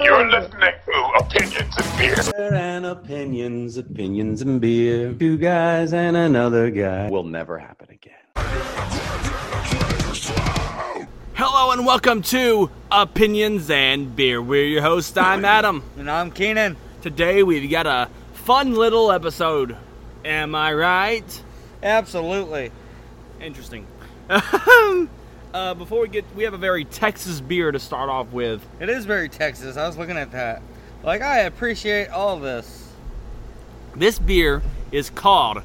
You're listening to Opinions and Beer. And opinions, opinions and beer. Two guys and another guy. Will never happen again. Hello and welcome to Opinions and Beer. We're your hosts. I'm Adam. And I'm Keenan. Today we've got a fun little episode. Am I right? Absolutely. Interesting. uh, before we get, we have a very Texas beer to start off with. It is very Texas. I was looking at that. Like, I appreciate all this. This beer is called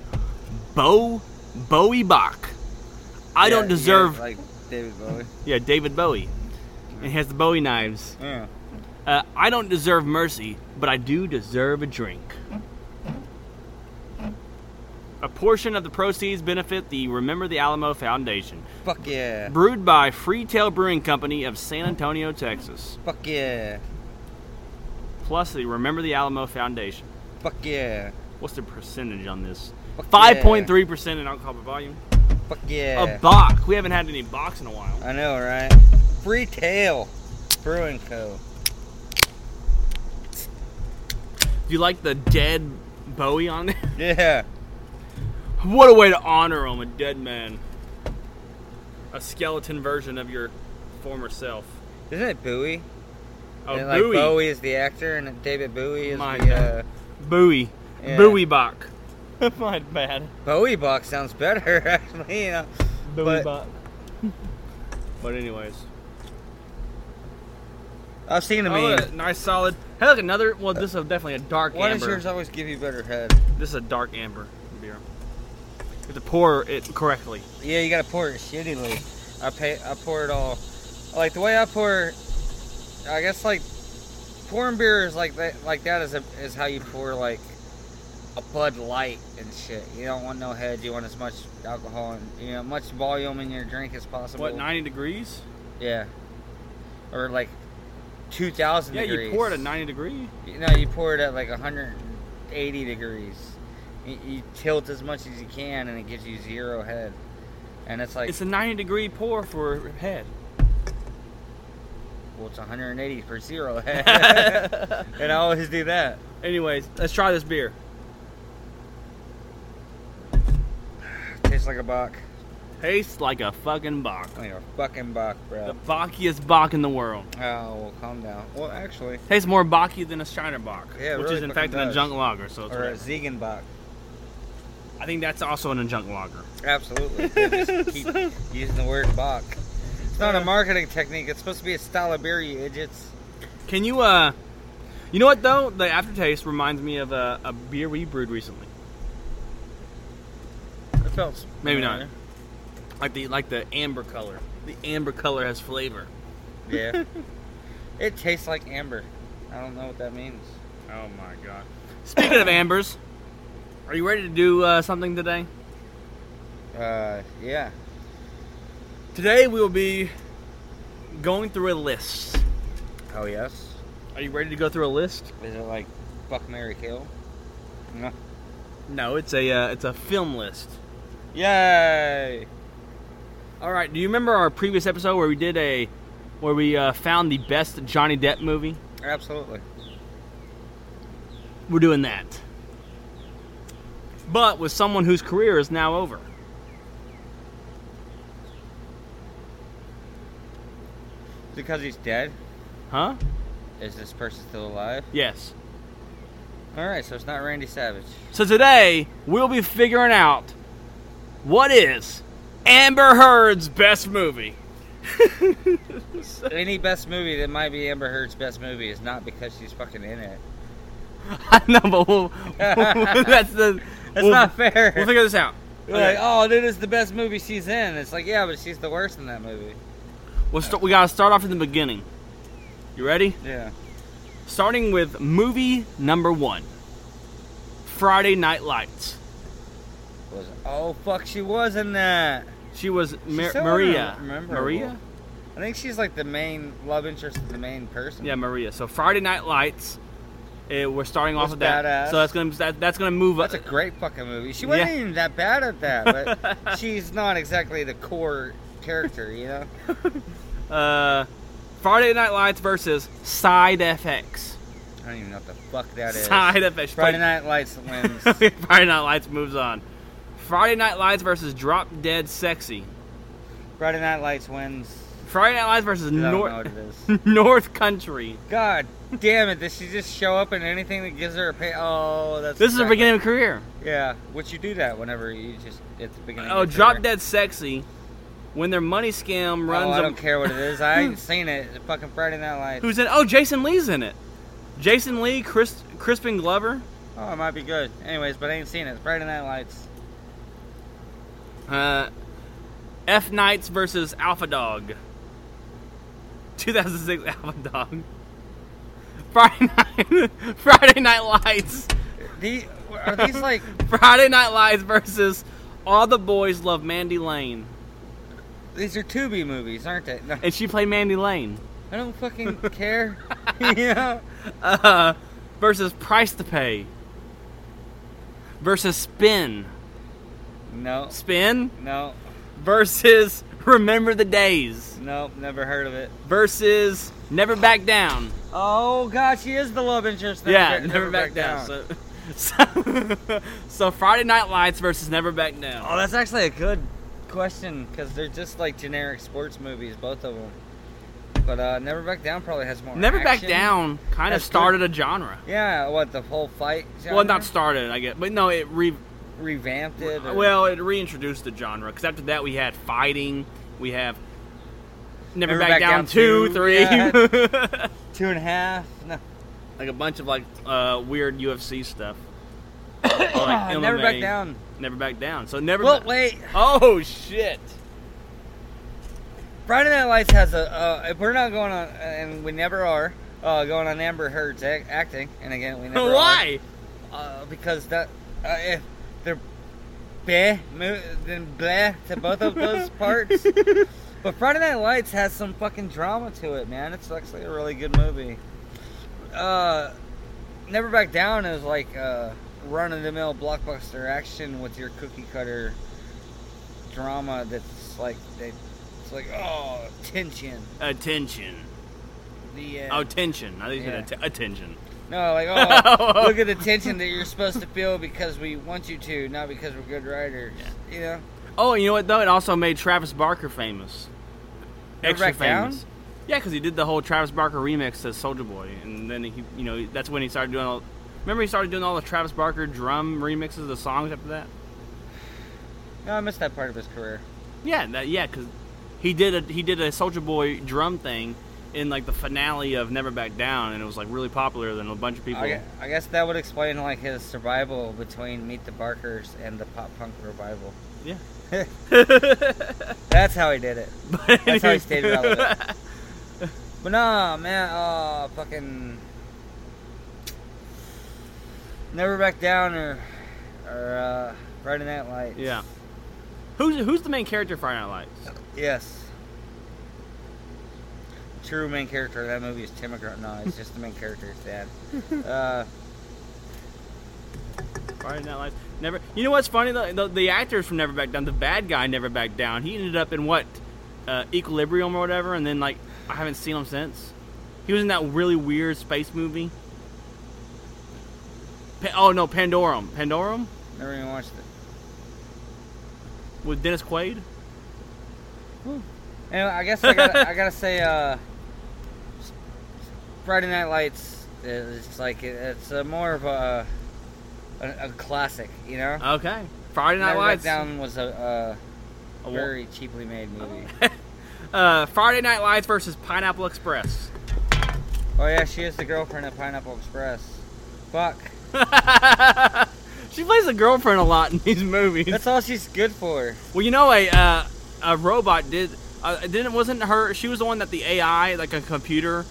Bo Bowie Bach. I Yeah, don't deserve. Yeah, like David Bowie. yeah, David Bowie. And he has the Bowie knives. Yeah. Uh, I don't deserve mercy, but I do deserve a drink. A portion of the proceeds benefit the Remember the Alamo Foundation, Fuck yeah. brewed by Freetail Brewing Company of San Antonio, Texas, Fuck yeah. plus the Remember the Alamo Foundation. Fuck yeah. What's the percentage on this? Fuck Five yeah. point three percent in alcohol by volume. Fuck yeah. A bock. We haven't had any box in a while. I know, right? Free Tail Brewing Co. Do you like the dead Bowie on there? Yeah. What a way to honor him, a dead man. A skeleton version of your former self. Isn't it Bowie? Oh, and, like, Bowie. Bowie is the actor, and David Bowie is My the. Uh, Bowie. Yeah. Bowie Bach. My bad. Bowie box sounds better, actually. You know. Bowie But- Bach. but anyways. I've seen him Oh, eat. look, nice solid. Hey, look, another. Well, this is definitely a dark Why does amber. yours always give you better head? This is a dark amber beer. You have to pour it correctly. Yeah, you gotta pour it shittily. I pay, I pour it all. Like the way I pour, I guess like pouring beer is like that. Like that is a, is how you pour like a Bud Light and shit. You don't want no head. You want as much alcohol and you know much volume in your drink as possible. What, 90 degrees? Yeah. Or like two thousand. Yeah, degrees. you pour it at 90 degree. No, you pour it at like 180 degrees. You, you tilt as much as you can, and it gives you zero head. And it's like It's a 90 degree pour for head. Well, it's 180 for zero. and I always do that. Anyways, let's try this beer. Tastes like a buck. Tastes like a fucking Bach. Like a fucking buck, The bro. bockiest Bach in the world. Oh, well, calm down. Well, actually, Tastes more Backy than a Shiner Bach, Yeah, it which really is in fucking fact an does. adjunct lager. So it's or a right. Ziegen buck. I think that's also an adjunct lager. Absolutely. They just keep using the word buck. It's not a marketing technique. It's supposed to be a style of beer, you idiots. Can you uh, you know what though? The aftertaste reminds me of a, a beer we brewed recently, It felt Maybe not. like the like the amber color. The amber color has flavor. Yeah. it tastes like amber. I don't know what that means. Oh my god! Speaking of ambers, are you ready to do uh, something today? Uh, yeah. Today we will be going through a list. Oh yes. Are you ready to go through a list? Is it like Buck Mary Kill? No. No, it's a uh, it's a film list. Yay! All right. Do you remember our previous episode where we did a, where we uh, found the best Johnny Depp movie? Absolutely. We're doing that, but with someone whose career is now over. Because he's dead, Huh? is this person still alive? Yes. Alright, so it's not Randy Savage. So today we'll be figuring out what is Amber Heard's best movie. Any best movie that might be Amber Heard's best movie is not because she's fucking in it. I know, but we'll, that's the. That's we'll- not fair. We'll figure this out. You're like, oh, dude, it's the best movie she's in. It's like, yeah, but she's the worst in that movie. We'll st- we gotta start off in the beginning. You ready? Yeah. Starting with movie number one Friday Night Lights. Was oh fuck, she was in that. She was Mar- so Maria. unrememberable. Maria? I think she's like the main love interest of the main person. Yeah, Maria. So Friday Night Lights. eh, we're starting off That's with that. badass. So that's gonna that, that's gonna move That's a up. great fucking movie. She wasn't Yeah. even that bad at that, but she's not exactly the core character, you know? uh, Friday Night Lights versus Side FX. I don't even know what the fuck that is. Side FX. Friday Night Lights wins. Friday Night Lights moves on. Friday Night Lights versus Drop Dead Sexy. Friday Night Lights wins. Friday Night Lights versus 'cause I don't know North what it is. North Country. God damn it! Does she just show up in anything that gives her a pay? Oh, that's. This is her exactly- beginning of her career. Yeah, would you do that whenever you just at the beginning? Oh, of your Drop career? Dead Sexy. When their money scam Oh, runs I a- don't care what it is. I ain't seen it. Fucking Friday Night Lights. Who's in? Oh, Jason Lee's in it. Jason Lee, Chris, Crispin Glover. Oh, it might be good. Anyways, but I ain't seen it. Friday Night Lights. Uh, F Knights versus Alpha Dog. 2006 Alpha Dog. Friday night, Friday Night Lights. The are these like? Friday Night Lights versus All the Boys Love Mandy Lane, these are Tubi movies, aren't they? No, and she played Mandy Lane. I don't fucking care. yeah. Uh, versus Price to Pay. Versus Spin. No. Spin No. versus Remember the Days. Nope. Never heard of it. versus Never Back Down. Oh God, she is the love interest. yeah, Never, Back, Down. So, so, so Friday Night Lights versus Never Back Oh, Down. that's actually a good question because they're just like generic sports movies, both of them. But uh, Never Back Down probably has more. Never Back action. Down kind of That's good. started a genre. Yeah, what the whole fight? Genre? Well, not started, I guess, but no, it re. revamped it. Or, Well, it reintroduced the genre because after that we had fighting, we have Never, Back, Down, two, two, three, yeah. two and a half. No, like a bunch of like uh, weird UFC stuff. Or, like, Never Back MMA. Down. Never Back Down. So never. Well, Ba- wait. Oh shit. Friday Night Lights has a. Uh, if we're not going on, and we never are uh, going on Amber Heard's ac- acting, and again we never. Are, Why? Uh, because that uh, if they're bleh, mo- then bleh to both of those parts. but Friday Night Lights has some fucking drama to it, man. It's actually a really good movie. Uh, Never Back Down is like uh, run of the mill blockbuster action with your cookie cutter drama that's like they. It's like oh tension. Attention. The uh, Oh, tension. I think you said Yeah. att- attention. No, like oh, look at the tension that you're supposed to feel because we want you to, not because we're good writers. You know, Oh, you know what though? It also made Travis Barker famous. Never Back Down? famous. Yeah, because he did the whole Travis Barker remix to Soldier Boy, and then he, you know, that's when he started doing all. Remember, he started doing all the Travis Barker drum remixes of the songs after that. no, I missed that part of his career. Yeah, that yeah, because he did a he did a Soldier Boy drum thing in like the finale of Never Back Down, and it was like really popular. Then a bunch of people. I, gue- I guess that would explain like his survival between Meet the Barkers and the pop punk revival. Yeah. That's how he did it. But That's how he stayed relevant. But nah, man, oh fucking never back down or or uh, Friday Night Lights. yeah. Who's who's the main character of Friday Night Lights? Yes. True main character of that movie is Tim McGraw. No, it's just the main character, his dad. Uh, Friday Night Lights. Never. You know what's funny? The, the, the actors from Never Back Down, the bad guy Never Back Down, he ended up in what uh, Equilibrium or whatever, and then like I haven't seen him since. He was in that really weird space movie. Pa- oh no, Pandorum. Pandorum never even watched it. with Dennis Quaid. Anyway, I guess I gotta, I gotta say, uh, Friday Night Lights is it's like it's a more of a a, a classic, you know. Okay. Friday Night Never Back Lights. Down was a, a Oh. Award. very cheaply made movie. Uh, Friday Night Lights versus Pineapple Express. oh yeah, she is the girlfriend of Pineapple Express. Fuck, she plays the girlfriend a lot in these movies. that's all she's good for. Well, you know, a uh, a robot did uh, didn't wasn't her. She was the one that the AI, like a computer,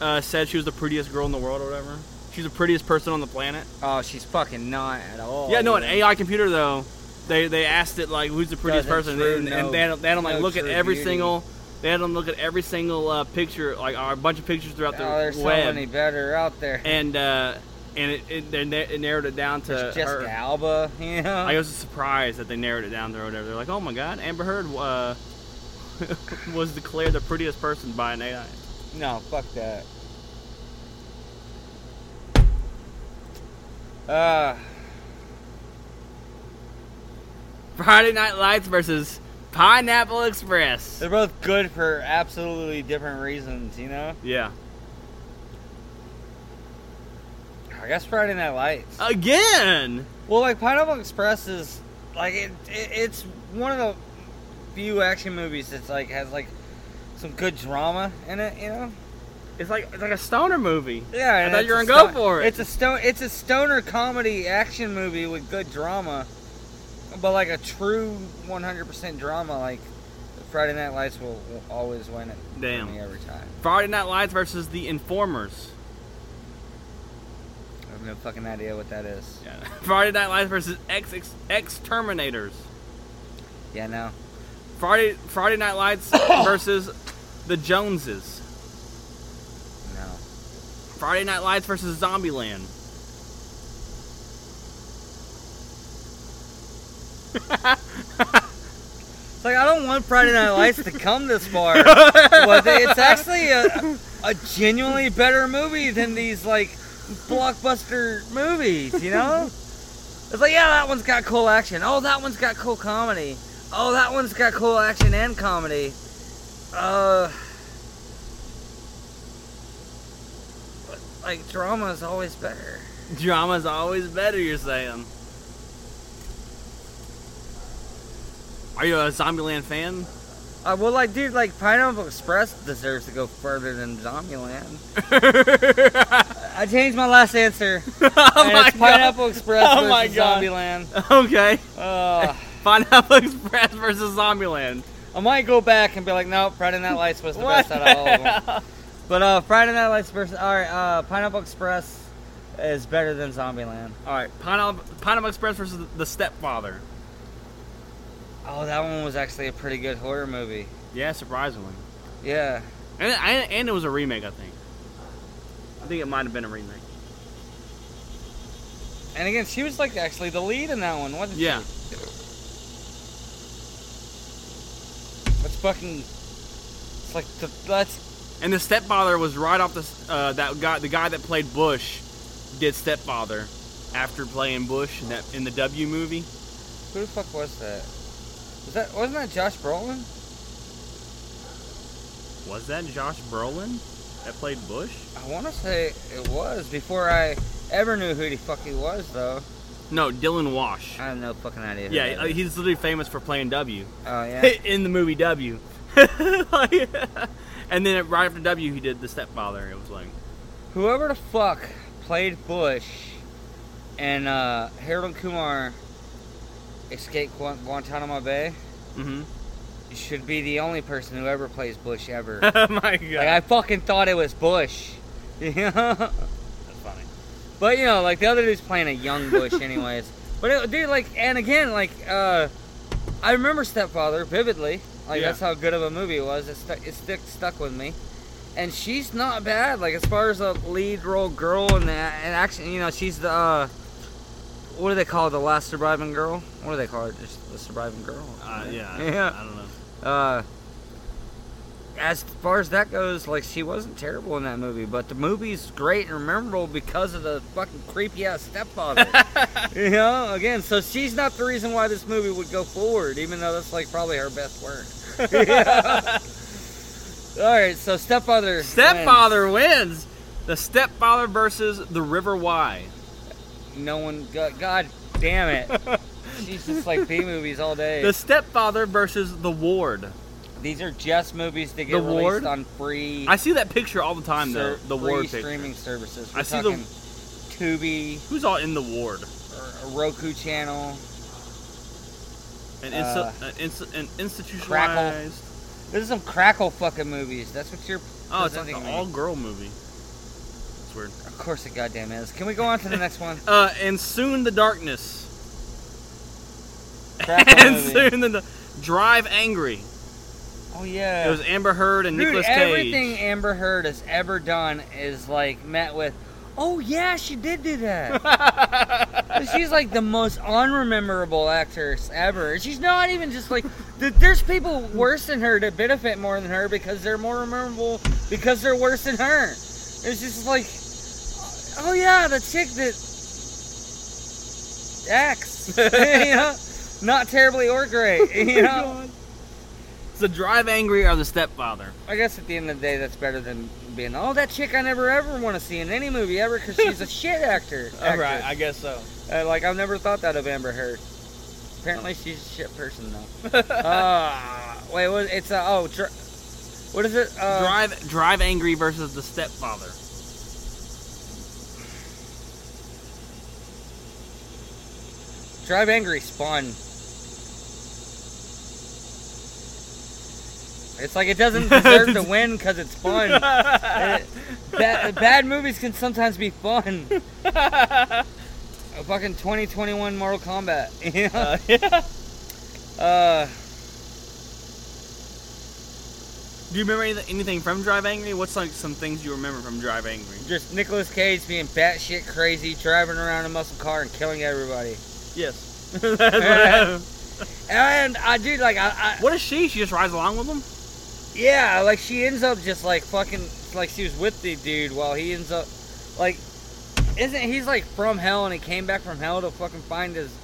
uh, said she was the prettiest girl in the world or whatever. She's the prettiest person on the planet. Oh, she's fucking not at all. yeah, no, an even. AI computer though. They they asked it like who's the prettiest Doesn't person, true, and, no- and they had, them- they had them like no look at true every beauty. single. They had them look at every single uh, picture, like or a bunch of pictures throughout the Oh, there's web, so many better out there. and uh, and it, it, they na- it narrowed it down to There's Jessica her. Alba, you know. I was surprised that they narrowed it down the road. They're like, oh my god, Amber Heard uh, was declared the prettiest person by an AI. No, fuck that. Uh, Friday Night Lights versus Pineapple Express. they're both good for absolutely different reasons, you know? Yeah. I guess Friday Night Lights. Uh, Again. Well, like Pineapple Express is like it, it, it's one of the few action movies that's like has like some good drama in it, you know? It's like it's like a stoner movie. Yeah, thought it's you were a gonna go sto- for it. It's a stone. It's a stoner comedy action movie with good drama, but like a true 100% drama. Like Friday Night Lights will, will always win it. for Damn. me every time. Friday Night Lights versus The Informers. I have no fucking idea what that is. Yeah. Friday Night Lights versus X X X Terminators. Yeah, no. Friday Friday Night Lights versus The Joneses. No. Friday Night Lights versus Zombieland. It's like I don't want Friday Night Lights to come this far. but it's actually a, a genuinely better movie than these like blockbuster movies, you know? It's like, yeah, that one's got cool action. Oh, that one's got cool comedy. Oh, that one's got cool action and comedy. Uh but, like drama is always better. Drama's always better, you're saying. Are you a Zombieland fan? Uh, well, like, dude, like Pineapple Express deserves to go further than Zombieland. I changed my last answer. oh and my it's Pineapple God. Express Oh my versus God. Zombieland. Okay. Uh, Pineapple Express versus Zombieland. I might go back and be like, no, Friday Night Lights was the What best out of all of them. the hell? But uh, Friday Night Lights versus all right, uh, Pineapple Express is better than Zombieland. All right, Pineapple, Pineapple Express versus The Stepfather. Oh, that one was actually a pretty good horror movie. Yeah, surprisingly. Yeah, And, and, and it was a remake, I think. I think it might have been a remake. and again, she was like actually the lead in that one, wasn't Yeah. she? That's fucking. It's like the, that's And the stepfather was right off the uh, that guy. The guy that played Bush did stepfather after playing Bush in that in the W movie. who the fuck was that? Was that wasn't that Josh Brolin? Was that Josh Brolin that played Bush? I want to say it was before I ever knew who the fuck he was though. No, Dylan Wash. I have no fucking idea. Who Yeah, uh, that is. he's literally famous for playing W oh yeah. in the movie W. Like, and then right after W, he did the stepfather. It was like Whoever the fuck played Bush and uh, Harold and Kumar escaped Gu- Guantanamo Bay hmm should be the only person who ever plays Bush ever. like oh my god, I fucking thought it was Bush. You know? that's funny. but you know, like the other dude's playing a young Bush, anyways. but it, dude, like, and again, like, uh, I remember Stepfather vividly. Like Yeah. that's how good of a movie it was. It stuck, it stick, stuck with me. And she's not bad. Like as far as a lead role girl and that, and actually, you know, she's the uh, what do they call it, the last surviving girl? What do they call it? Just the surviving girl. Uh, yeah, Yeah. I don't know. Uh, as far as that goes, like she wasn't terrible in that movie, but the movie's great and memorable because of the fucking creepy ass stepfather. you know, again, so she's not the reason why this movie would go forward, even though that's like probably her best work. All right, so stepfather. wins. Stepfather wins. The stepfather versus the River Y. No one. Got, God damn it. She's just like B movies all day. The stepfather versus the ward. These are just movies that get The released Ward? on free. I see that picture all the time though. ser- The free ward picture. streaming services. I We're see the- talking Tubi, Who's all in the ward? or a Roku channel. An, Uh, insti- an, insti- an institutionalized. This is some crackle fucking movies. That's what you're. Oh, it's like presenting an me. all-girl movie. It's weird. Of course it goddamn is. Can we go on to the next one? Uh, and soon the darkness. Crackle and movie. soon the drive angry. Oh yeah. It was Amber Heard and Dude, Nicholas Cage. everything Amber Heard has ever done is like met with, "Oh yeah, she did do that." But she's like the most unrememberable actress ever. She's not even just like th- there's people worse than her that benefit more than her because they're more memorable because they're worse than her. It's just like, oh yeah, the chick that acts, you know, not terribly or great. Oh You know, It's the drive angry or the stepfather. I guess at the end of the day, that's better than being oh that chick I never ever want to see in any movie ever because she's a shit actor. All right, actress. I guess so. Uh, like I've never thought that of Amber Heard. Apparently she's a shit person though. uh, wait, what? It's a oh, dr- what is it? Uh, drive drive angry versus the stepfather. Drive Angry Spawn. It's like it doesn't deserve to win because it's fun. Uh, ba- bad movies can sometimes be fun. A fucking 2021 Mortal Kombat. You know? Uh, yeah. Uh, Do you remember anyth- anything from Drive Angry? What's like some things you remember from Drive Angry? just Nicolas Cage being batshit crazy, driving around in a muscle car and killing everybody. Yes. That's what, happened. And I do like I, I what is she? She just rides along with him? yeah, like she ends up just like fucking like she was with the dude while he ends up like isn't he's like from hell and he came back from hell to fucking find his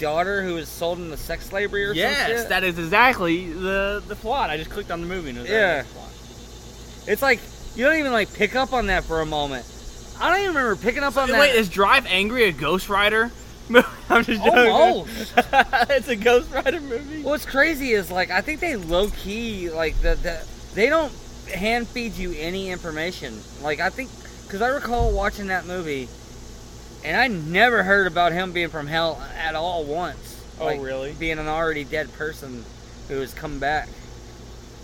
daughter who was sold into sex slavery or Yes, something. that is exactly the the plot. I just clicked on the movie and it was Yeah. that plot. It's like you don't even like pick up on that for a moment. I don't even remember picking up on that. Wait, is Drive Angry a Ghost Rider? I'm just joking. Almost. it's a Ghost Rider movie. What's crazy is like I think they low key like the, the they don't hand feed you any information. Like I think because I recall watching that movie, and I never heard about him being from hell at all once. Oh, Like, really? Being an already dead person who has come back.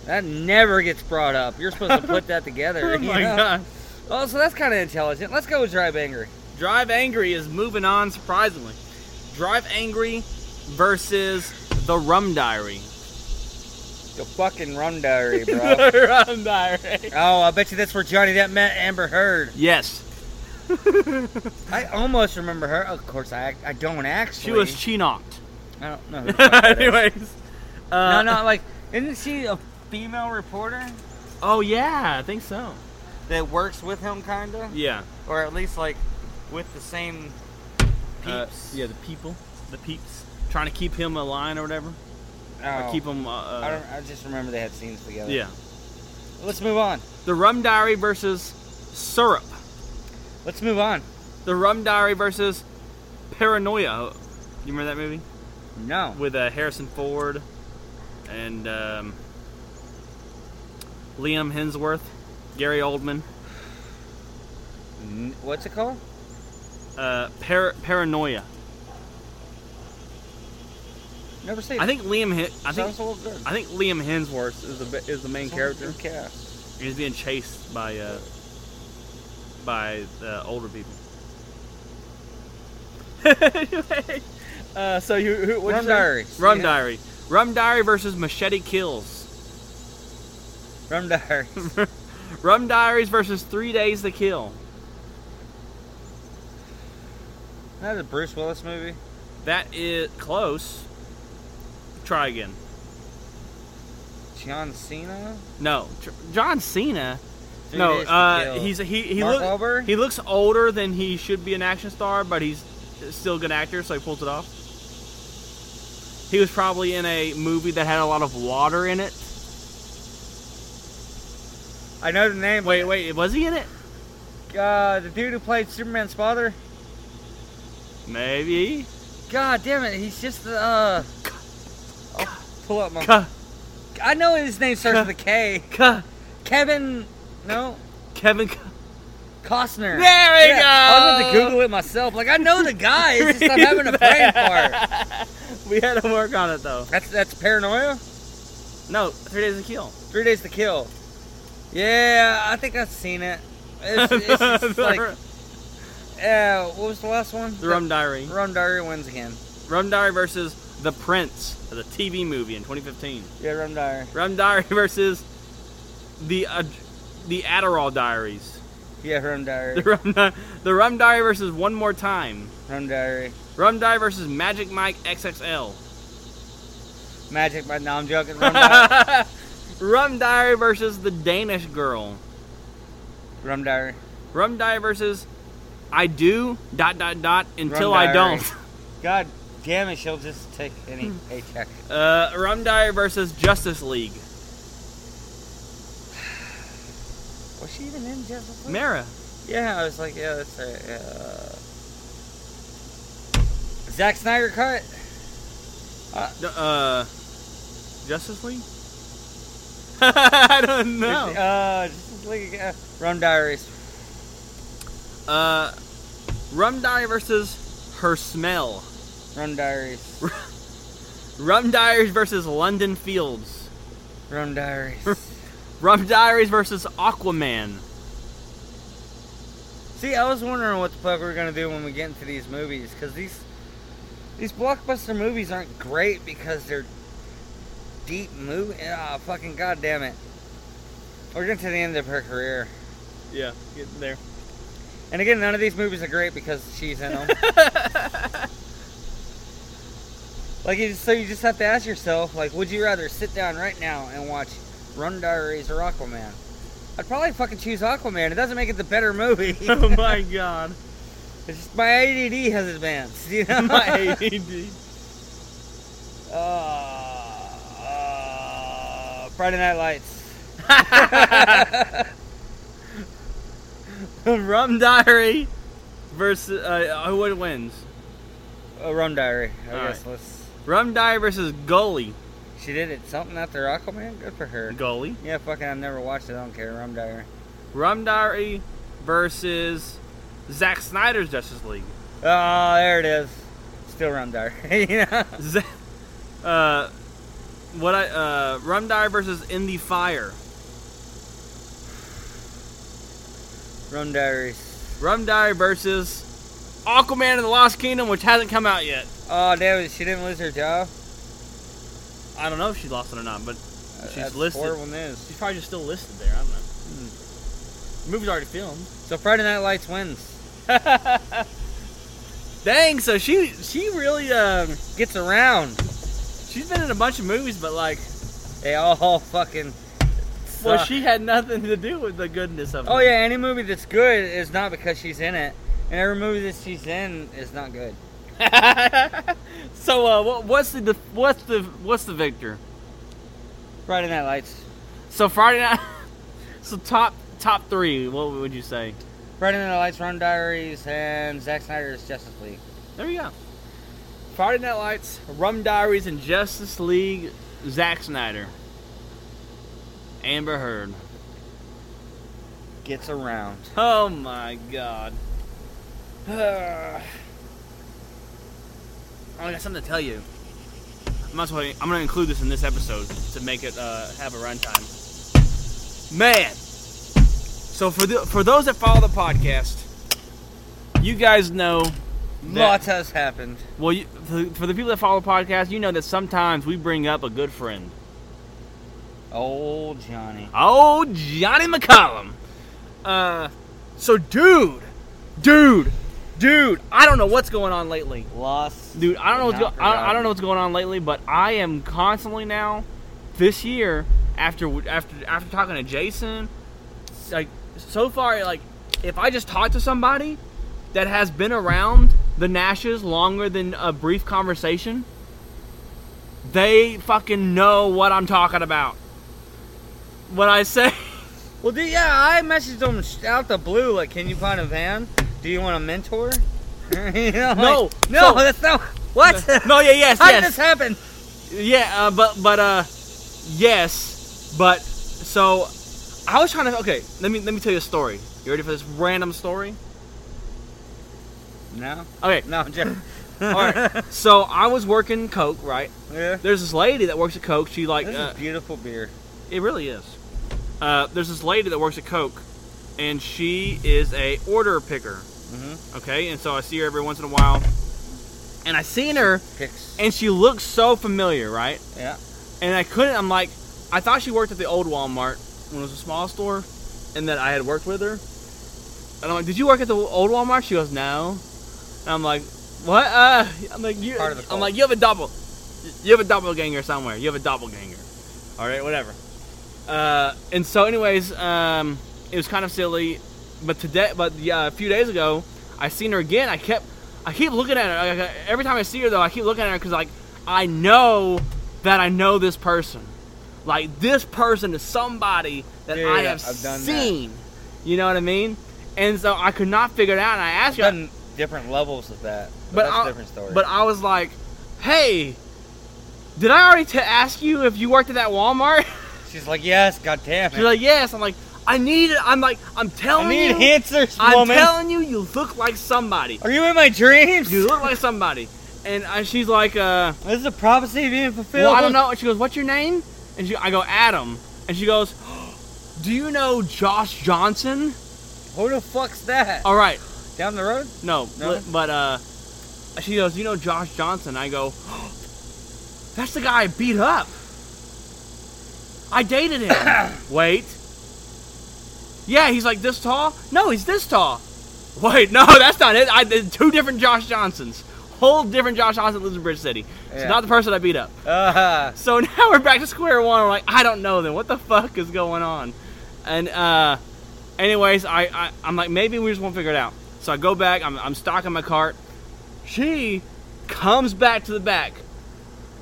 That never gets brought up. You're supposed to put that together. Oh you my know? god. Oh, so that's kind of intelligent. Let's go with Drive Angry. Drive Angry is moving on surprisingly. Drive Angry versus The Rum Diary. The fucking rum diary, bro. the Rum Diary. oh, I bet you that's where Johnny Depp met Amber Heard. Yes, I almost remember her. Of course, I I don't actually. she was Chinocked. I don't know. Who the fuck that is. Anyways. Uh, no, no, like, isn't she a female reporter Oh yeah, I think so. that works with him, kinda, Yeah. or at least like with the same Uh, peeps? yeah, the people, the peeps, trying to keep him aligned or whatever, Oh, or keep him. Uh, uh, I, don't, I just remember they had scenes together. yeah. Let's move on. The Rum Diary versus Syrup. Let's move on. The Rum Diary versus Paranoia. You remember that movie No. with uh, Harrison Ford and um, Liam Hemsworth, Gary Oldman. N- What's it called? Uh, par- Paranoia. Never seen. I think Liam. He- I think Sounds a little good. I think Liam Hemsworth is the is the main character. Yeah. He's being chased by uh by uh, older people. uh, so you who, what'd Rum you say? Diary. Rum Yeah. diary. Rum diary versus machete kills. Rum diary. Rum diaries versus three days to kill. That is a Bruce Willis movie. That is close. Try again. John Cena. No, Tr- John Cena. Three no, Days to uh, Kill. he's he he Mark look- Wahlberg? he looks older than he should be an action star, but he's still a good actor, so he pulls it off. He was probably in a movie that had a lot of water in it. I know the name. Wait, wait, was he in it? Uh, the dude who played Superman's father. Maybe. God damn it, he's just the. Uh, I'll pull up my. K- I know his name starts with a K. K- Kevin. No, Kevin. K- There Costner. we I was about to go. Google it myself. Like I know the guy. It's just I'm having a brain fart. we had to work on it though. That's that's paranoia. No, Three Days to Kill. Three days to kill. Yeah, I think I've seen it. It's, it's just like, uh, what was the last one? the Rum Diary. Rum Diary wins again. Rum Diary versus The Prince, the TV movie in 2015. Yeah, Rum Diary. Rum Diary versus the uh, the Adderall Diaries. Yeah, Rum Diary. The rum, di- the rum diary versus one more time. Rum Diary. Rum diary versus Magic Mike XXL. Magic Mike. No, I'm joking. Rum Diary. rum diary versus the Danish girl. Rum Diary. Rum diary versus I do dot dot dot until Rum I Diary. don't. God damn it, she'll just take any paycheck. Uh, rum diary versus Justice League. Was she even in Justice League? Mara. Yeah, I was like, yeah, that's right. yeah. Zack Snyder cut. D- Uh, Justice League. I don't know. Uh, Justice League. Uh, Rum Diaries. Uh, rum diary versus her smell. Rum Diaries. Rum diaries versus London Fields. Rum Diaries. Rum diaries versus Aquaman. See, I was wondering what the fuck we are gonna do when we get into these movies, because these these blockbuster movies aren't great because they're deep movie. Ah, fucking goddamn it! We're getting to the end of her career, Yeah, getting there. and again, none of these movies are great because she's in them. like, you just, so you just have to ask yourself, like, would you rather sit down right now and watch Run Diaries or Aquaman? I'd probably fucking choose Aquaman. It doesn't make it the better movie. oh my god. It's just my ADD has advanced. You know, My my ADD. uh, uh, Friday Night Lights. Rum diary versus uh, uh, what wins? Oh, Rum Diary. I All guess right. let's. Rum diary versus Gully. She did it. Something after Aquaman. Good for her. Gully. Yeah, fucking. I've never watched it. I don't care. Rum Diary. Rum diary versus Zack Snyder's Justice League. Oh, there it is. Still Rum Diary. you know. Z- uh, what I uh, Rum Diary versus In the Fire. Rum Diaries. Rum Diary versus Aquaman and the Lost Kingdom, which hasn't come out yet. Oh, damn it. She didn't lose her job. I don't know if she lost it or not, but she's Uh, That's listed. Horrible news. She's probably just still listed there. I don't know. Hmm. Movie's already filmed. So Friday Night Lights wins. Dang, so she she really um Gets around. she's been in a bunch of movies, but like, They all fucking. well, suck. she had nothing to do with the goodness of. Oh it. yeah, any movie that's good is not because she's in it, and every movie that she's in is not good. so uh, what, what's the def- what's the what's the victor? Friday Night Lights. So Friday night. So top top three. What would you say? Friday Night Lights, Run Diaries, and Zack Snyder's Justice League. There you go. Friday Night Lights, Rum Diaries, and Justice League. Zack Snyder. Amber Heard. Gets around. Oh my God. I got something to tell you. I'm, not supposed to- I'm gonna include this in this episode to make it uh, have a runtime. Man, so for the, for those that follow the podcast, you guys know that Lots has happened. well, you, for, for the people that follow the podcast, you know that sometimes we bring up a good friend. Old Johnny. Oh, Johnny McCollum. Uh, so dude, dude, dude, I don't know what's going on lately. Lost. Dude, I don't know what's Not go- I, I forgotten. don't know what's going on lately, but I am constantly now this year after after after talking to Jason like so far like if I just talk to somebody that has been around the Nashes longer than a brief conversation, they fucking know what I'm talking about. When I say Well, dude, yeah, I messaged him sh- out the blue. Like, can you find a van? Do you want a mentor? You know, No, like, so- no, that's not. What? No, yeah, yes, How did yes. this happen? Yeah, uh, but but uh, yes, but so I was trying to. Okay, let me let me tell you a story. You ready for this random story? No, Okay, no, I'm joking. all right. So I was working Coke, right? Yeah. There's this lady that works at Coke. She like This uh, is beautiful beer. It really is. Uh, there's this lady that works at Coke, and she is a order picker. Mhm. Okay, and so I see her every once in a while, and I seen her, Picks. and she looks so familiar, right? Yeah. And I couldn't. I'm like, I thought she worked at the old Walmart when it was a small store, and that I had worked with her. And I'm like, did you work at the old Walmart? She goes, no. And I'm like, what? Uh, I'm like, you. Part of the I'm cult. like, you have a double. You have a doppelganger somewhere. You have a doppelganger. All right, whatever. Uh, and so, anyways, um, it was kind of silly. But today, but yeah, a few days ago, I seen her again. I kept, I keep looking at her. Like, I- every time I see her, though, I keep looking at her because like I know that I know this person. Like this person is somebody that Yeah, I yeah, have I've done that. seen. You know what I mean? And so I could not figure it out. And I asked her, Done different levels of that, but, But that's I'll- a different story. but I was like, "Hey, did I already t- ask you if you worked at that Walmart?" she's like, yes, goddamn it. She's like, "Yes." I'm like, "I need it." I'm like, "I'm telling I need you, answers, I'm woman. telling you, you look like somebody. Are you in my dreams? You look like somebody." And I, she's like, "Uh." This is a prophecy being fulfilled. Well, I don't know. And she goes, "What's your name?" And she, I go, "Adam." And she goes, "Do you know Josh Johnson?" Who the fuck's that? All right, Down the road? no, No? li- but uh, she goes, "You know Josh Johnson?" I go, "That's the guy I beat up. I dated him." Wait. Yeah, he's like this tall. No, he's this tall. Wait, no, that's not it. I did two different Josh Johnsons. Whole different Josh Johnson lives in Bridge City. It's Yeah. not the person I beat up. Uh, So now we're back to square one. We're like, I don't know then. What the fuck is going on? And uh, anyways, I, I I'm like, maybe we just won't figure it out. So I go back. I'm I'm stocking my cart. She comes back to the back.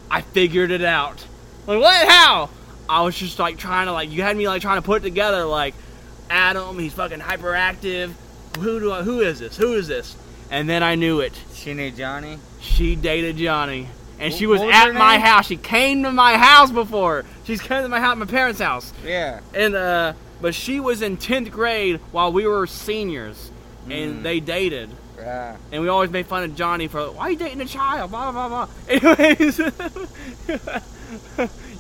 I figured it out. Like what? How? I was just like trying to like you had me like trying to put it together like Adam. He's fucking hyperactive. Who do I? Who is this? Who is this? And then I knew it. she knew Johnny. She dated Johnny, and Wh- she was, what was at her my name? house. She came to my house before. She's came to my house, my parents' house, Yeah. and uh, but she was in tenth grade while we were seniors, Mm. and they dated. Yeah. And we always made fun of Johnny for why you dating a child, blah blah blah. blah. Anyways, you're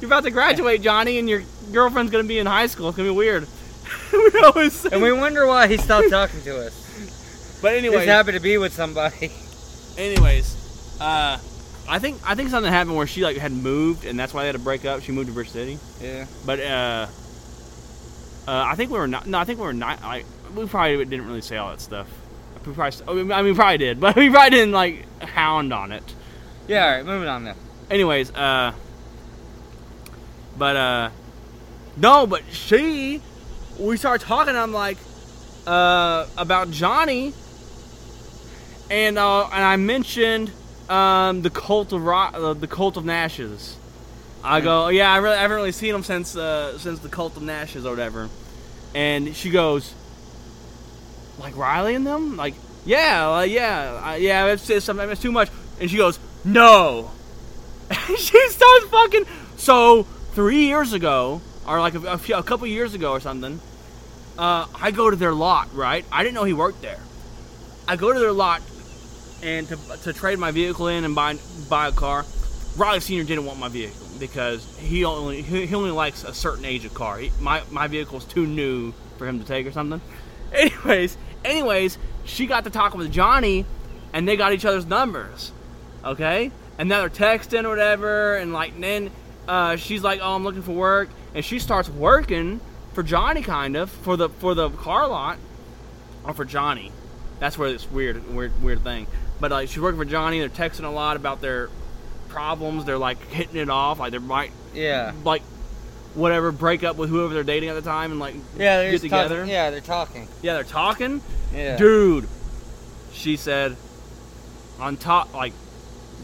about to graduate, Johnny, and your girlfriend's gonna be in high school. It's gonna be weird. we always say, and we wonder why he stopped talking to us. but He was anyway, happy to be with somebody. anyways, uh, I think I think something happened where she like had moved, and that's why they had to break up. She moved to Bridge City, Yeah. but uh, uh, I think we were not. No, I think we were not. Like we probably didn't really say all that stuff. We probably, I mean, I mean, we probably did, but we probably didn't like hound on it. Yeah, alright, moving on now. Anyways, uh, but uh, no, but she, we started talking. I'm like, uh, about Johnny, and uh, and I mentioned um the cult of rock, uh, the cult of Nashes. I go, yeah, I really, I haven't really seen him since uh since the cult of Nashes or whatever, and she goes, like Riley and them, like yeah, like, yeah, I, yeah, it's, it's sometimes it's too much, and she goes, no. she starts fucking. So three years ago, or like a, a, few, a couple years ago or something, uh, I go to their lot. Right, I didn't know he worked there. I go to their lot and to, to trade my vehicle in and buy buy a car. Riley Senior didn't want my vehicle because he only he, he only likes a certain age of car. He, my my vehicle's too new for him to take or something. Anyways, anyways, she got to talking with Johnny, and they got each other's numbers okay? And now they're texting or whatever, and like then uh, she's like, "Oh, I'm looking for work," and she starts working for Johnny, kind of for the for the car lot, or for Johnny. That's where it's weird, weird, weird thing. But like she's working for Johnny, they're texting a lot about their problems. They're like hitting it off, like they might Yeah. like whatever break up with whoever they're dating at the time, and like Yeah, they're get just together. Talking. Yeah, they're talking. yeah, they're talking. Yeah. Dude, she said, on top, like,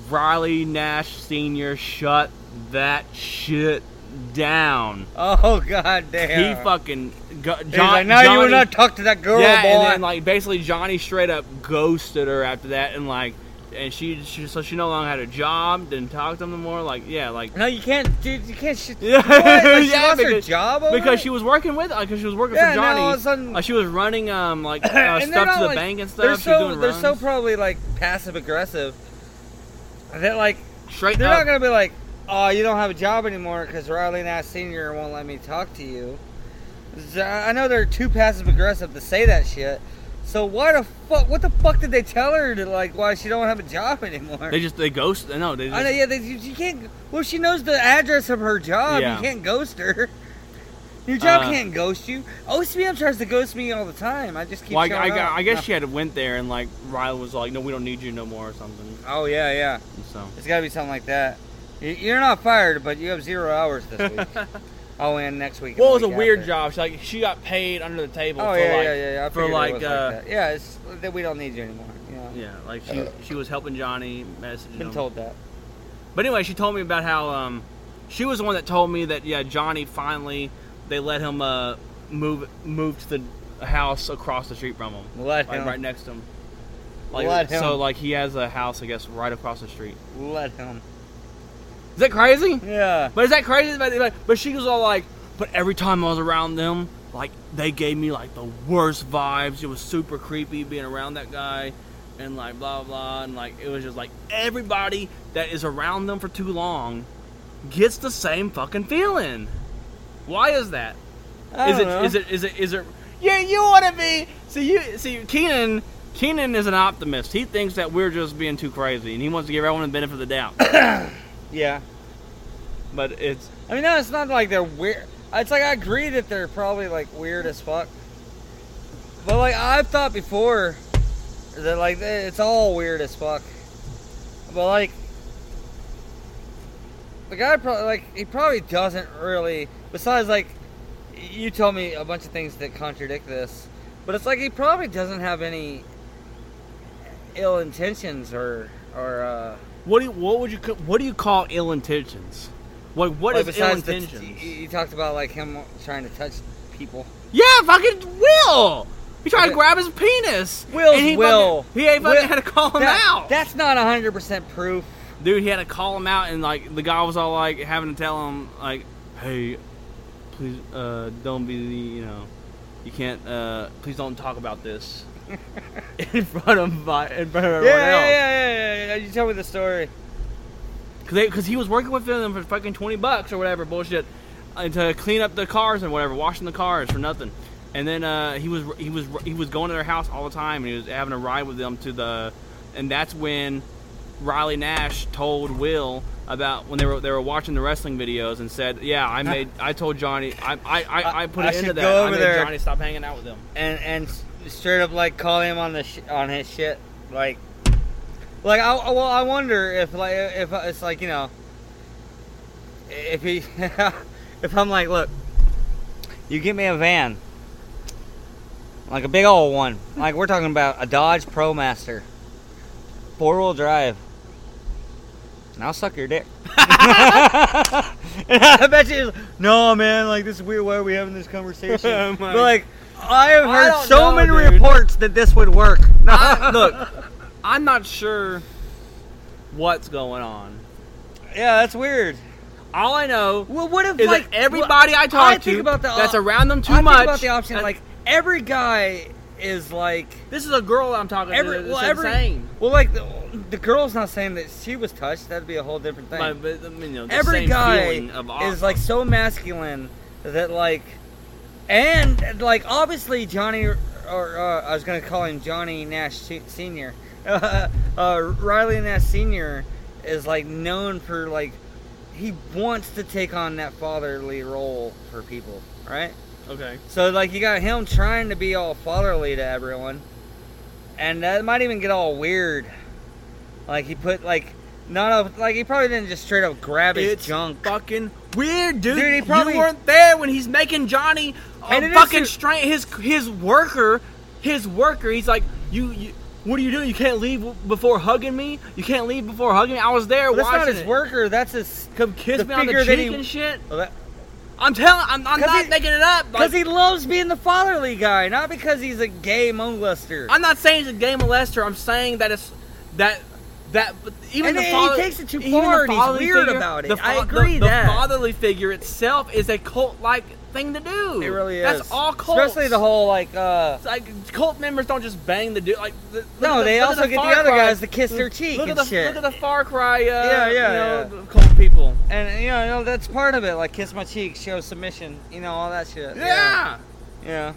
Riley Nash Sr., shut that shit down. Oh god damn. He fucking. Go, John, He's like, now you will Johnny- not talk to that girl, yeah, boy. and then, like, basically, Johnny straight up ghosted her after that, and, like, and she, she so she no longer had a job, didn't talk to him no more. Like, yeah, like. no, you can't, dude. You can't. Sh- Yeah, what? Like, she yeah, lost her because- job over Because it? she was working with, because she was working Yeah, for now Johnny. all of a sudden- like, she was running, um, like uh, And stuff they're to not, the like- bank and stuff. They're She's so doing they're so runs. probably like passive aggressive. That like straight they're up. not gonna be like, oh, you don't have a job anymore because Riley Nash Senior won't let me talk to you. Z- I know they're too passive aggressive to say that shit. So why the fuck? What the fuck did they tell her to like? Why she don't have a job anymore? They just they ghost. No, they. Just, I know, yeah, they, you, you can't. Well, she knows the address of her job. Yeah. You can't ghost her. Your job Uh, can't ghost you. OCBM tries to ghost me all the time. I just keep. Well, I, showing I, up. I guess she had went there and like Riley was like, "No, we don't need you no more" or something. Oh yeah, yeah. So It's got to be something like that. Y- You're not fired, but you have zero hours this week. oh, and next week. and well, it the was a week weird after. job. She like she got paid under the table. Oh for, yeah, like, yeah, yeah, yeah. I for, figured it like, was uh, that. yeah, it's that we don't need you anymore. Yeah, Yeah, like she Uh. she was helping Johnny message been him. told that. But anyway, she told me about how um, she was the one that told me that yeah, Johnny finally they let him uh move move to the house across the street from him, Let like him. right next to him. Like, Let So him. like he has a house, I guess, right across the street. Let him. Is that crazy? Yeah. But is that crazy? But, but- but she was all like, but every time I was around them, like they gave me like the worst vibes. It was super creepy being around that guy, and like blah blah, and like it was just like everybody that is around them for too long gets the same fucking feeling. Why is that? I is don't it know. is it is it is it? Yeah, you want to be. See you. See Keenan. Keenan is an optimist. He thinks that we're just being too crazy, and he wants to give everyone the benefit of the doubt. Yeah. but it's I mean, no, it's not like they're weird. It's like I agree that they're probably like weird as fuck. But like I've thought before that like it's all weird as fuck. But like the guy probably like he probably doesn't really. Besides, like you told me a bunch of things that contradict this, but it's like he probably doesn't have any ill intentions or or. uh What do you, what would you ca- what do you call ill intentions? What what like, is ill the- E? intentions? you- you talked about like him trying to touch people. yeah, fucking Will. He tried to Okay. grab his penis. Will's and he Will. Fucking, he ain't fucking Will- had to call him That- out. That's not 100% proof. Dude, he had to call him out, and like the guy was all like having to tell him like, hey, please uh, don't be you know, you can't uh, please don't talk about this in front of my, in front of everyone else. yeah, yeah, yeah, yeah. You tell me the story. because he was working with them for fucking 20 bucks or whatever bullshit uh, to clean up the cars and whatever washing the cars for nothing and then uh, he was he was he was going to their house all the time and he was having a ride with them to the and that's when Riley Nash told Will about when they were they were watching the wrestling videos and said yeah I made I told Johnny I I, I, I put I an end to should that go I over made there." Johnny stop hanging out with them And and s- straight up like call him on the sh- on his shit like like I I- well I wonder if like if uh, it's like, you know, if he if I'm like, look, you get me a van. Like a big old one. Like we're talking about a Dodge ProMaster. Four-wheel drive. And I'll suck your dick. And I bet you, no, man, like this is weird. Why are we having this conversation? Oh my- but like, I have I heard don't so know, many dude. reports that this would work. I, look I'm not sure what's going on yeah, that's weird. all I know Well, what if is like like everybody I talk I to think about the, that's around them too I think much. about the option that- like every guy is like this is a girl I'm talking every to. well That's every insane. well like the, the girl's not saying that she was touched. That'd be a whole different thing. Like, but, I mean, you know, the every same guy feeling of awe. is like so masculine that like and like obviously johnny or uh, i was gonna call him johnny nash Se- senior uh, riley nash senior is like known for like he wants to take on that fatherly role for people right okay. so like you got him trying to be all fatherly to everyone, and that might even get all weird. Like he put like not a, like he probably didn't just straight up grab his It's junk. fucking weird, dude. Dude, he probably- you weren't there when he's making Johnny a And it is fucking su- stra His his worker, his worker. He's like, you, you. What are you doing? You can't leave w- before hugging me. You can't leave before hugging me. I was there But that's watching not his it. worker. That's his Come kiss the me on the figure that cheek he- and shit. because I'm telling. I'm, I'm 'Cause not he- making it up. Like, he loves being the fatherly guy, not because he's a gay molester. I'm not saying he's a gay molester. I'm saying that it's that that even And the he father, takes it too even the far and he's fatherly weird figure- about it. the I fa- agree the, the that. fatherly figure itself is a cult-like thing to do. it really is. That's all cults. Especially the whole like uh It's like cult members don't just bang the dude. Like the, look No, at the- they look at also the get the Far other Cry- guys to kiss their cheek Look at and the shit. look at the Far Cry. Uh, Yeah, yeah, you know, Cult people. and you know, you know, that's part of it. Like kiss my cheek, show submission, you know, all that shit. Yeah. Yeah.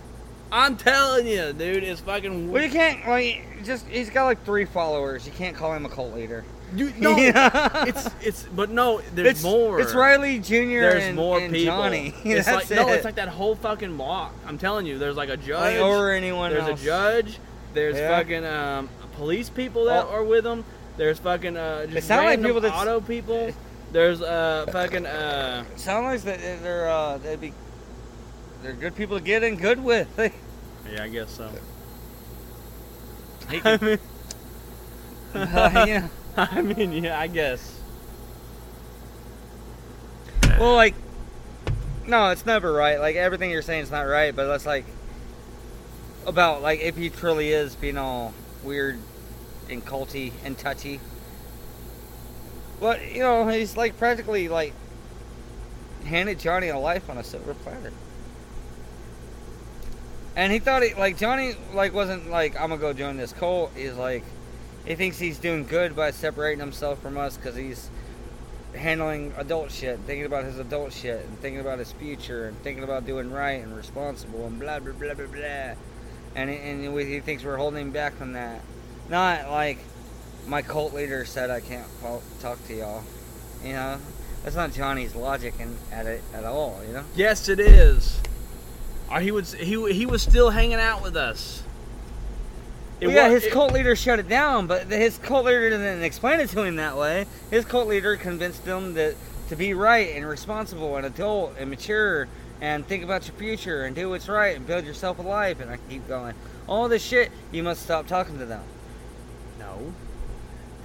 I'm telling you, dude, it's fucking. Well, you can't like just he's got like three followers. You can't call him a cult leader. You, no, Yeah. it's it's but no, there's it's more. It's Riley Jr. There's and, more and people. Johnny. It's That's like no, it. it's like that whole fucking block. I'm telling you, there's like a judge. Like, over anyone there's else. a judge. There's Yeah. fucking um, police people that Oh. are with them. There's fucking uh, just It sound like random people that's- auto people. There's uh fucking uh Sound like that they're uh, they'd be they're good people to get in good with. yeah I guess so. I mean, yeah. I mean yeah I guess Well, like, no, it's never right. Like everything you're saying is not right, but that's like about like if he truly is being all weird and culty and touchy. But you know, he's like practically like handed Johnny a life on a silver platter. And he thought he like Johnny like wasn't like I'm gonna go join this cult. He's like he thinks he's doing good by separating himself from us because he's handling adult shit, thinking about his adult shit, and thinking about his future, and thinking about doing right and responsible, and blah blah blah blah blah. And and we, he thinks we're holding him back from that. Not like my cult leader said I can't fo- talk to y'all. You know, that's not Johnny's logic in, at it at all. You know. yes it is. Or he would s- he w- he was still hanging out with us. It Well, yeah, wa- his it- cult leader shut it down, but th- his cult leader didn't explain it to him that way. His cult leader convinced him that to be right and responsible and adult and mature and think about your future and do what's right and build yourself a life. And I keep going. All this shit, you must stop talking to them. No.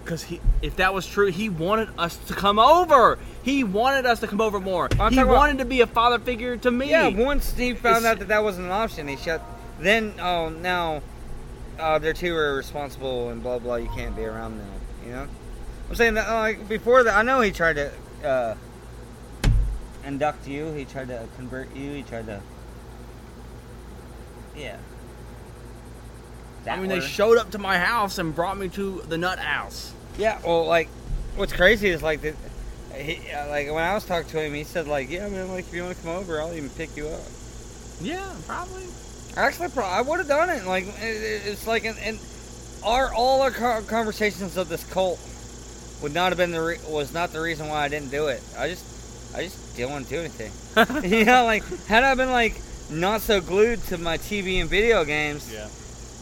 Because he, if that was true, he wanted us to come over. He wanted us to come over more. I'm he talking about- wanted to be a father figure to me. Yeah, once he found It's- out that that wasn't an option, he shut. Then, oh, now uh, they're too irresponsible and blah blah. You can't be around them. You know, I'm saying that like before that. I know he tried to uh, induct you. He tried to convert you. He tried to. Yeah. I That mean, word. they showed up to my house and brought me to the nut house. Yeah, well, like, what's crazy is like that. He, uh, like when I was talking to him, he said like, "Yeah, man, like if you want to come over, I'll even pick you up." Yeah, probably. Actually, pro- I would have done it. Like it- it- it's like and an, our all our co- conversations of this cult would not have been the re- was not the reason why I didn't do it. I just I just didn't want to do anything. you know, like had I been like not so glued to my TV and video games, Yeah.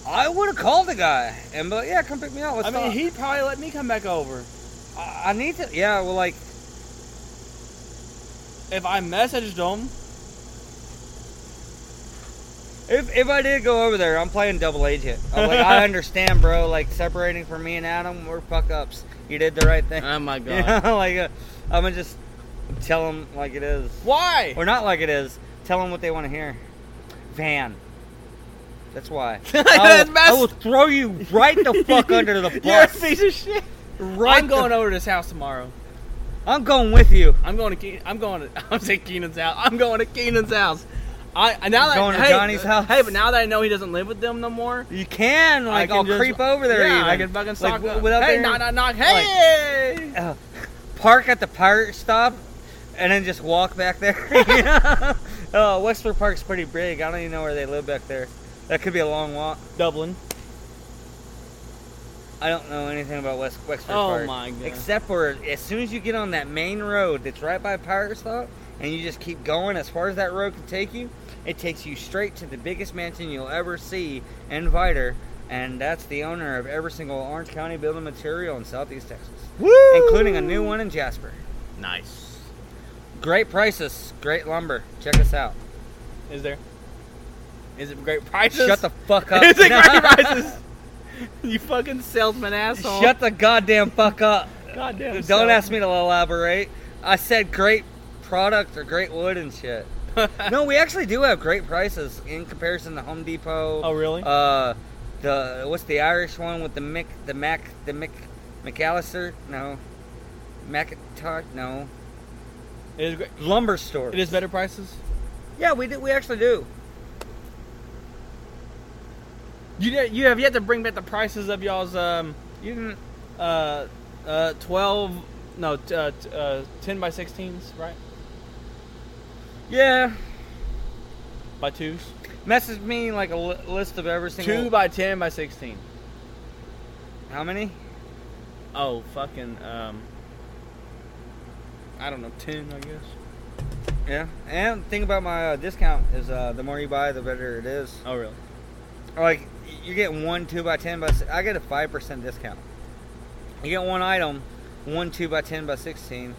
I would have called the guy and be like, yeah, come pick me up. Let's I mean, talk." he probably let me come back over. I, I need to. Yeah, well, like If I messaged him, If, if I did go over there, I'm playing double agent. I'm like, I understand, bro. Like separating from me and Adam, we're fuck ups. You did the right thing. Oh my God. Yeah, like uh, I'm gonna just tell them like it is, why? or not like it is. Tell them what they want to hear. Van. That's why. I, That's will, messed- I will throw you right the fuck under the bus. You're a piece of shit. Right I'm going the- over to his house tomorrow. I'm going with you. I'm going to Keenan. I'm going to. I'm saying Keenan's house. I'm going to Keenan's house. I I- now that Going to hey, Johnny's house? Hey, but now that I know he doesn't live with them no more, You can like I I'll can just- creep over there. Yeah, even. I can fucking like, stalk w- them. without Hey, their- knock, knock, knock. Hey. uh, park at the pirate stop and then just walk back there. Yeah. uh, Westford Park's pretty big. I don't even know where they live back there. That could be a long walk. Dublin. I don't know anything about West Wexford Oh Park. my God. Except for as soon as you get on that main road that's right by Pirate Stop, and you just keep going as far as that road can take you, it takes you straight to the biggest mansion you'll ever see in Viter, and that's the owner of every single Orange County building material in Southeast Texas, Woo! including a new one in Jasper. Nice. Great prices, great lumber. Check us out. Is there? Is it great prices? Shut the fuck up. Is it great prices? You fucking salesman asshole. Shut the goddamn fuck up. Goddamn. Don't ask me to elaborate. I said great product or great wood and shit. no, we actually do have great prices in comparison to Home Depot. Oh, really? Uh, the what's the Irish one with the Mick, the Mac, the Mick, McAllister? No, McIntosh? No, It is, great. lumber store. it is better prices. Yeah, we do. We actually do. You ne- you have yet to bring back the prices of y'all's um You didn't. uh uh twelve no t- uh, t- uh ten by sixteens right Yeah. by twos Message me like a li- list of every single. two by ten by sixteen How many? Oh, fucking. Um, I don't know, ten, I guess. Yeah. And the thing about my uh, discount is uh, the more you buy, the better it is. Oh, really? Like you get one two by ten by si- I get a five percent discount. You get one item, one two by ten by sixteen.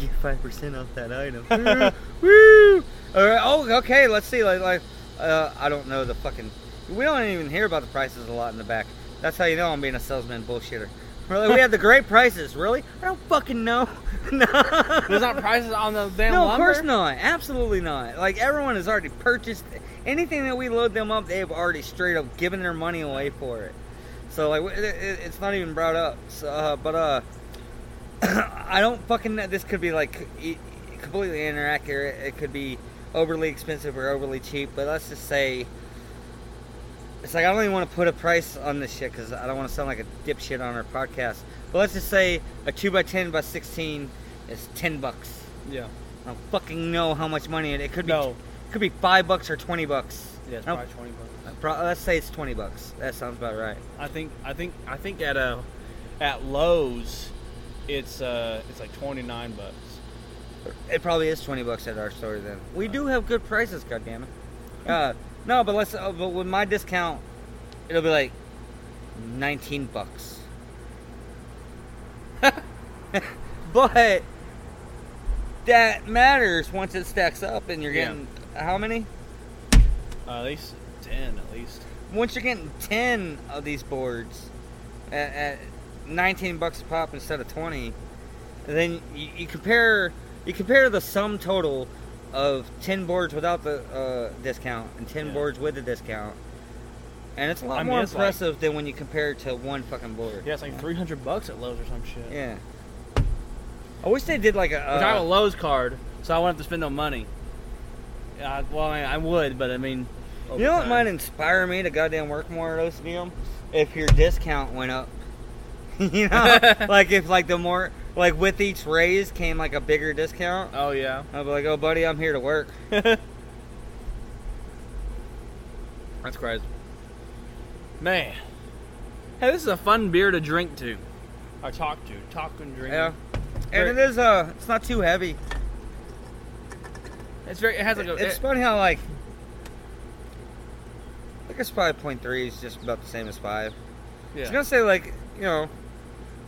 You get five percent off that item. Woo! All right. Oh, okay. Let's see. Like, like, uh, I don't know the fucking. We don't even hear about the prices a lot in the back. That's how you know I'm being a salesman bullshitter. Really, we have the great prices. Really, I don't fucking know. no, There's not prices on the damn no, lumber. of course not. Absolutely not. Like everyone has already purchased anything that we load them up. They have already straight up given their money away for it. So like it, it, it's not even brought up. So, uh, but uh, I don't fucking. know. This could be like e- completely inaccurate. It could be overly expensive or overly cheap. But let's just say. It's like I don't even want to put a price on this shit because I don't want to sound like a dipshit on our podcast. But let's just say a two by ten by sixteen is ten bucks. Yeah. I don't fucking know how much money it. It could be. No. It could be five bucks or twenty bucks. Yeah, it's I don't- probably twenty bucks. uh, pro- let's say it's twenty bucks. That sounds about right. I think I think I think at a at Lowe's, it's uh it's like twenty nine bucks. It probably is twenty bucks at our store then. We do have good prices, goddammit. Hmm. Uh, no, but let's. Uh, but with my discount, it'll be like nineteen bucks. but that matters once it stacks up and you're Yeah. getting how many? Uh, at least ten, at least. once you're getting 10 of these boards at, at 19 bucks a pop instead of 20 then you, you compare you compare the sum total of 10 boards without the uh, discount and 10 Yeah. boards with the discount and it's a lot I mean, more it's like- impressive than when you compare it to one fucking board Yeah, it's like three hundred bucks at Lowe's or some shit. yeah i wish they did like a Which I have a uh, Lowe's card, so I won't have to spend no money. Uh, well, I, I would, but I mean, you know what overtime. might inspire me to goddamn work more at OCDM? If your discount went up. you know? like if like the more like with each raise came like a bigger discount. Oh yeah. I'll be like, oh buddy, I'm here to work. That's crazy. Man. Hey, this is a fun beer to drink to. Or talk to. Talk and drink. Yeah. And it is uh it's not too heavy. It's very it has like a It's it- funny how like I guess probably point three is just about the same as five. I was yeah. gonna say like, you know,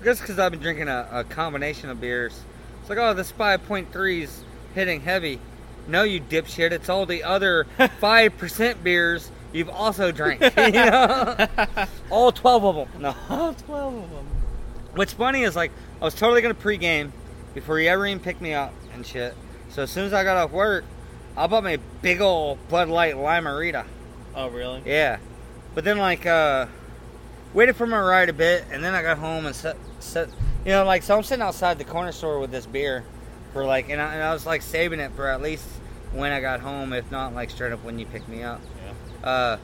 I guess because I've been drinking a, a combination of beers. It's like, oh, this 5.3's hitting heavy. No, you dipshit. It's all the other 5% beers you've also drank. You know? all 12 of them. No. Oh, 12 of them. What's funny is like I was totally gonna pregame before he ever even picked me up and shit. So as soon as I got off work, I bought me a big old Bud Light Limerita. Oh, really? Yeah, but then like uh, waited for my ride a bit, and then I got home and set, set you know like so I'm sitting outside the corner store with this beer for like and I, and I was like saving it for at least when I got home, if not like straight up when you picked me up. Yeah. Uh,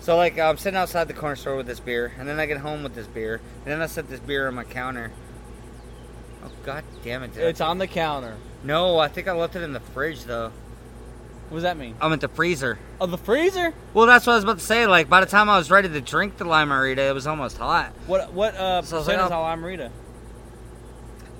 so like I'm sitting outside the corner store with this beer, and then I get home with this beer, and then I set this beer on my counter. Oh god damn it! Did I- It's on the counter. no, I think I left it in the fridge though. What does that mean? I'm at the freezer. Oh, the freezer? Well, that's what I was about to say. Like, by the time I was ready to drink the limerita, it was almost hot. What what uh So it's percent like is a- all Amarita?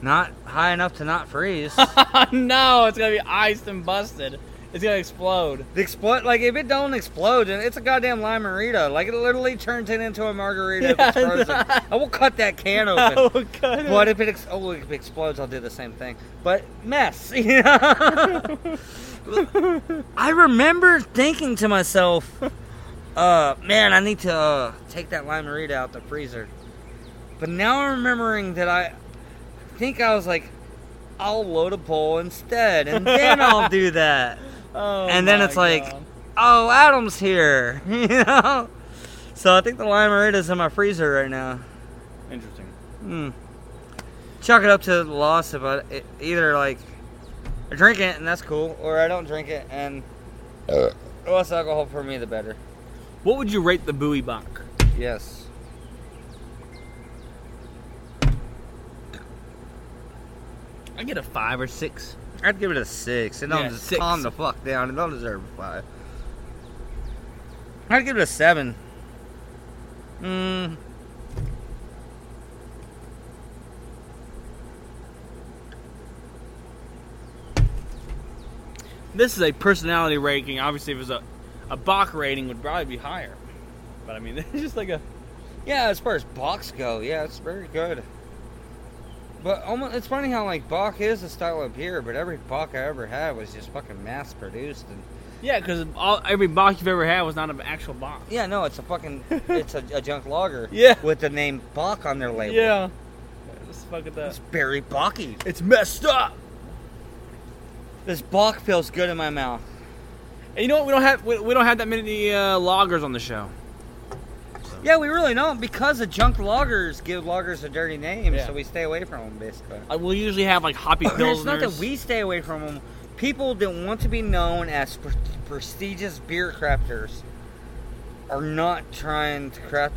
Not high enough to not freeze. no, it's gonna be iced and busted. It's gonna explode. the explode, like, if it don't explode, then it's a goddamn limerita. Like, it literally turns it into a margarita if it's Yeah, frozen. I will cut that can Oh, open. God. But if it ex- oh, if it explodes, I'll do the same thing. But mess. you know? I remember thinking to myself, uh, man, I need to uh, take that limerita out the freezer. But now I'm remembering that I think I was like, I'll load a bowl instead, and then I'll do that. Oh, and then my it's like, God. oh, Adam's here, you know. So I think the limerita's in my freezer right now. Interesting. Hmm. Chuck it up to the loss if I it, either like I drink it and that's cool, or I don't drink it and Uh. the less alcohol for me the better. What would you rate the Bowie Bach? Yes. I get a five or six. I'd give it a six. It don't Yeah, just six. calm the fuck down. It don't deserve a five. Hmm. I'd give it a seven. Mm. This is a personality ranking. Obviously, if it was a, a Bach rating, would probably be higher. But I mean, it's just like a. Yeah, as far as Bach's go, yeah, it's very good. But almost, it's funny how like Bach is a style of beer, but every Bach I ever had was just fucking mass produced. And Yeah, because every Bach you've ever had was not an actual Bach. yeah, no, it's a fucking it's a, a junk lager. Yeah. with the name Bach on their label. Yeah. Let's fuck it it's Barry Bachy. It's messed up. This Bach feels good in my mouth. And you know what? We don't have we, we don't have that many uh, loggers on the show. Yeah, we really don't because the junk loggers give loggers a dirty name, Yeah. so we stay away from them basically. Uh, we'll usually have like hoppy I mean, it's not that pilsners. we stay away from them. People that want to be known as pre- prestigious beer crafters are not trying to craft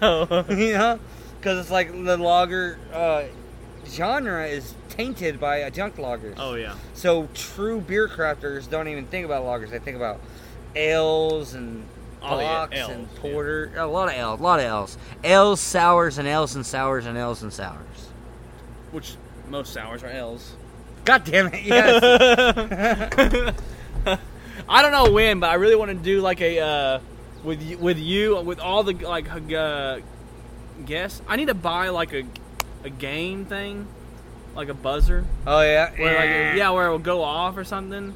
No. you know? Because it's like the lager uh, genre is tainted by a junk lagers. oh yeah. So true beer crafters don't even think about lagers. They think about ales and All the blocks ales, and Oh, yeah. porter. A lot of ales. A lot of ales. Ales, sours, and ales, and sours, and ales, and sours. Which most sours are L's. God damn it. Yes. I don't know when, but I really want to do like a uh, with you, with you with all the like uh, guests. I need to buy like a a game thing, like a buzzer, oh, yeah. where like yeah, where it will go off or something.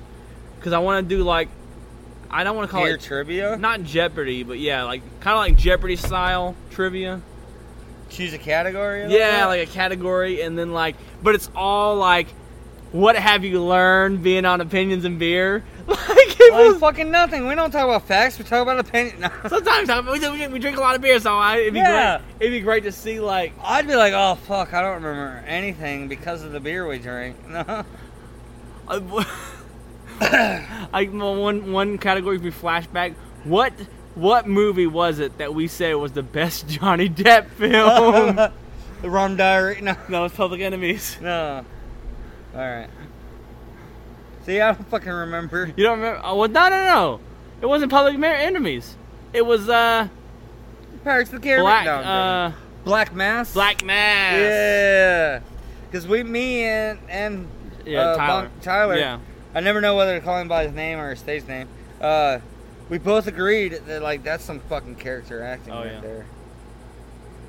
Because I want to do like I don't want to call Beer it trivia? not Jeopardy, but yeah, like kind of like Jeopardy style trivia. Choose a category? and all Yeah, that? like a category, and then like, but it's all like, what have you learned being on opinions and beer? Like, it Well, was, fucking nothing. We don't talk about facts. We talk about opinion. No. sometimes I- we, we, we drink a lot of beer, so I, it'd be Yeah. great. It'd be great to see like, I'd be like, oh fuck, I don't remember anything because of the beer we drank. Um, No. uh, like well, one one category would be flashback. What what movie was it that we said was the best Johnny Depp film? the rum diary. No. no, it's Public Enemies. No. All right. See, I don't fucking remember. You don't remember? Oh, well, no, no, no. It wasn't Public Mer- Enemies. It was uh Pirates of the Caribbean. black No, I'm uh joking. Black Mass. black mass. Yeah. Because we, me and and Yeah, uh, Tyler. Bon- Tyler. Yeah. I never know whether to call him by his name or his stage name. Uh, we both agreed that like that's some fucking character acting Oh, right yeah. there.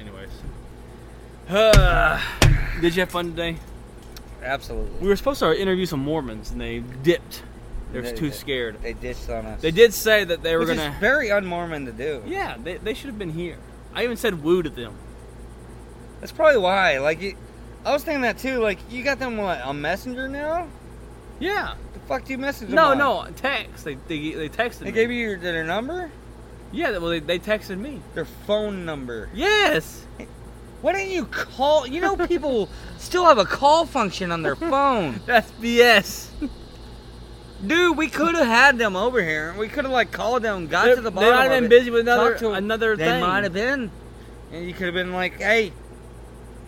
Anyways. Uh, did you have fun today? Absolutely. We were supposed to interview some Mormons and they dipped. They were They too did. scared. They ditched on us. They did say that they were Which gonna. is very un-Mormon to do. yeah, they, they should have been here. I even said woo to them. That's probably why. Like, you, I was thinking that too. Like, you got them what on Messenger now? Yeah. The fuck do you message them? No, on? no, text. They they, they texted They me. gave you your, their number, yeah, well, they, they texted me. their phone number. Yes. Why didn't you call? You know, people still have a call function on their phone. That's BS. Dude, we could have had them over here. We could have like called them, got They- to the they bottom. might have of been it, busy with another- talked to 'em. another They thing. might have been, and you could have been like, "Hey,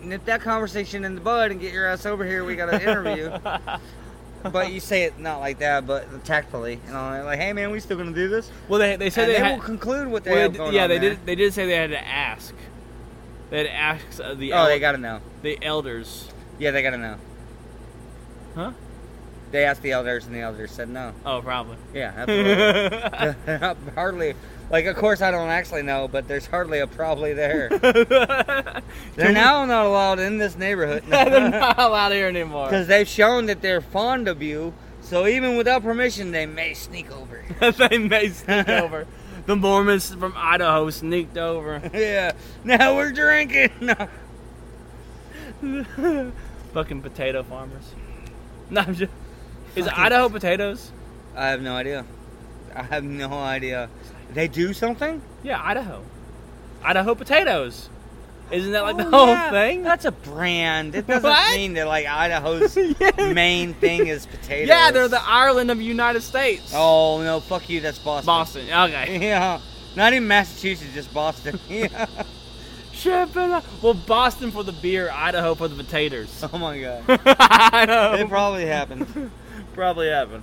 nip that conversation in the bud and get your ass over here. We got an interview." but you say it not like that, but tactfully, and all that. Like, "Hey, man, we still gonna do this?" well, they they said and they, had, will conclude what they well, have they- going yeah, on they there. did. They did say they had to ask. They had to ask uh, the Oh, el- they gotta know. the elders. Yeah, they gotta know. Huh? They asked the elders, and the elders said no. Oh, probably. Yeah, absolutely. hardly. Like, of course, I don't actually know, but there's hardly a probably there. They're now not allowed in this neighborhood They're not allowed here anymore. because they've shown that they're fond of you. So even without permission, they may sneak over. they may sneak over. The Mormons from Idaho sneaked over. yeah. Now we're drinking. No. Fucking potato farmers. No, I'm just, is it Idaho potatoes? I have no idea. I have no idea. They do something? Yeah, Idaho. Idaho potatoes. Isn't that like the whole Oh, yeah. thing? That's a brand. It doesn't What? mean that like Idaho's main thing is potatoes. yeah, they're the Ireland of the United States. Oh no, fuck you. That's Boston. Boston. Okay. Yeah. Not even Massachusetts, just Boston. Yeah. Shipping. up- Well, Boston for the beer, Idaho for the potatoes. Oh my god. I know. It probably happened. probably haven't.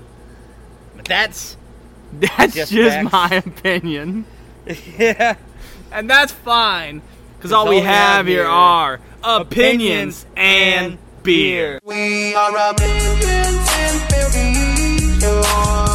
But that's that's Just just, facts. my opinion, yeah. and that's fine, because all we have here are opinions and beer. We are a million and billion. on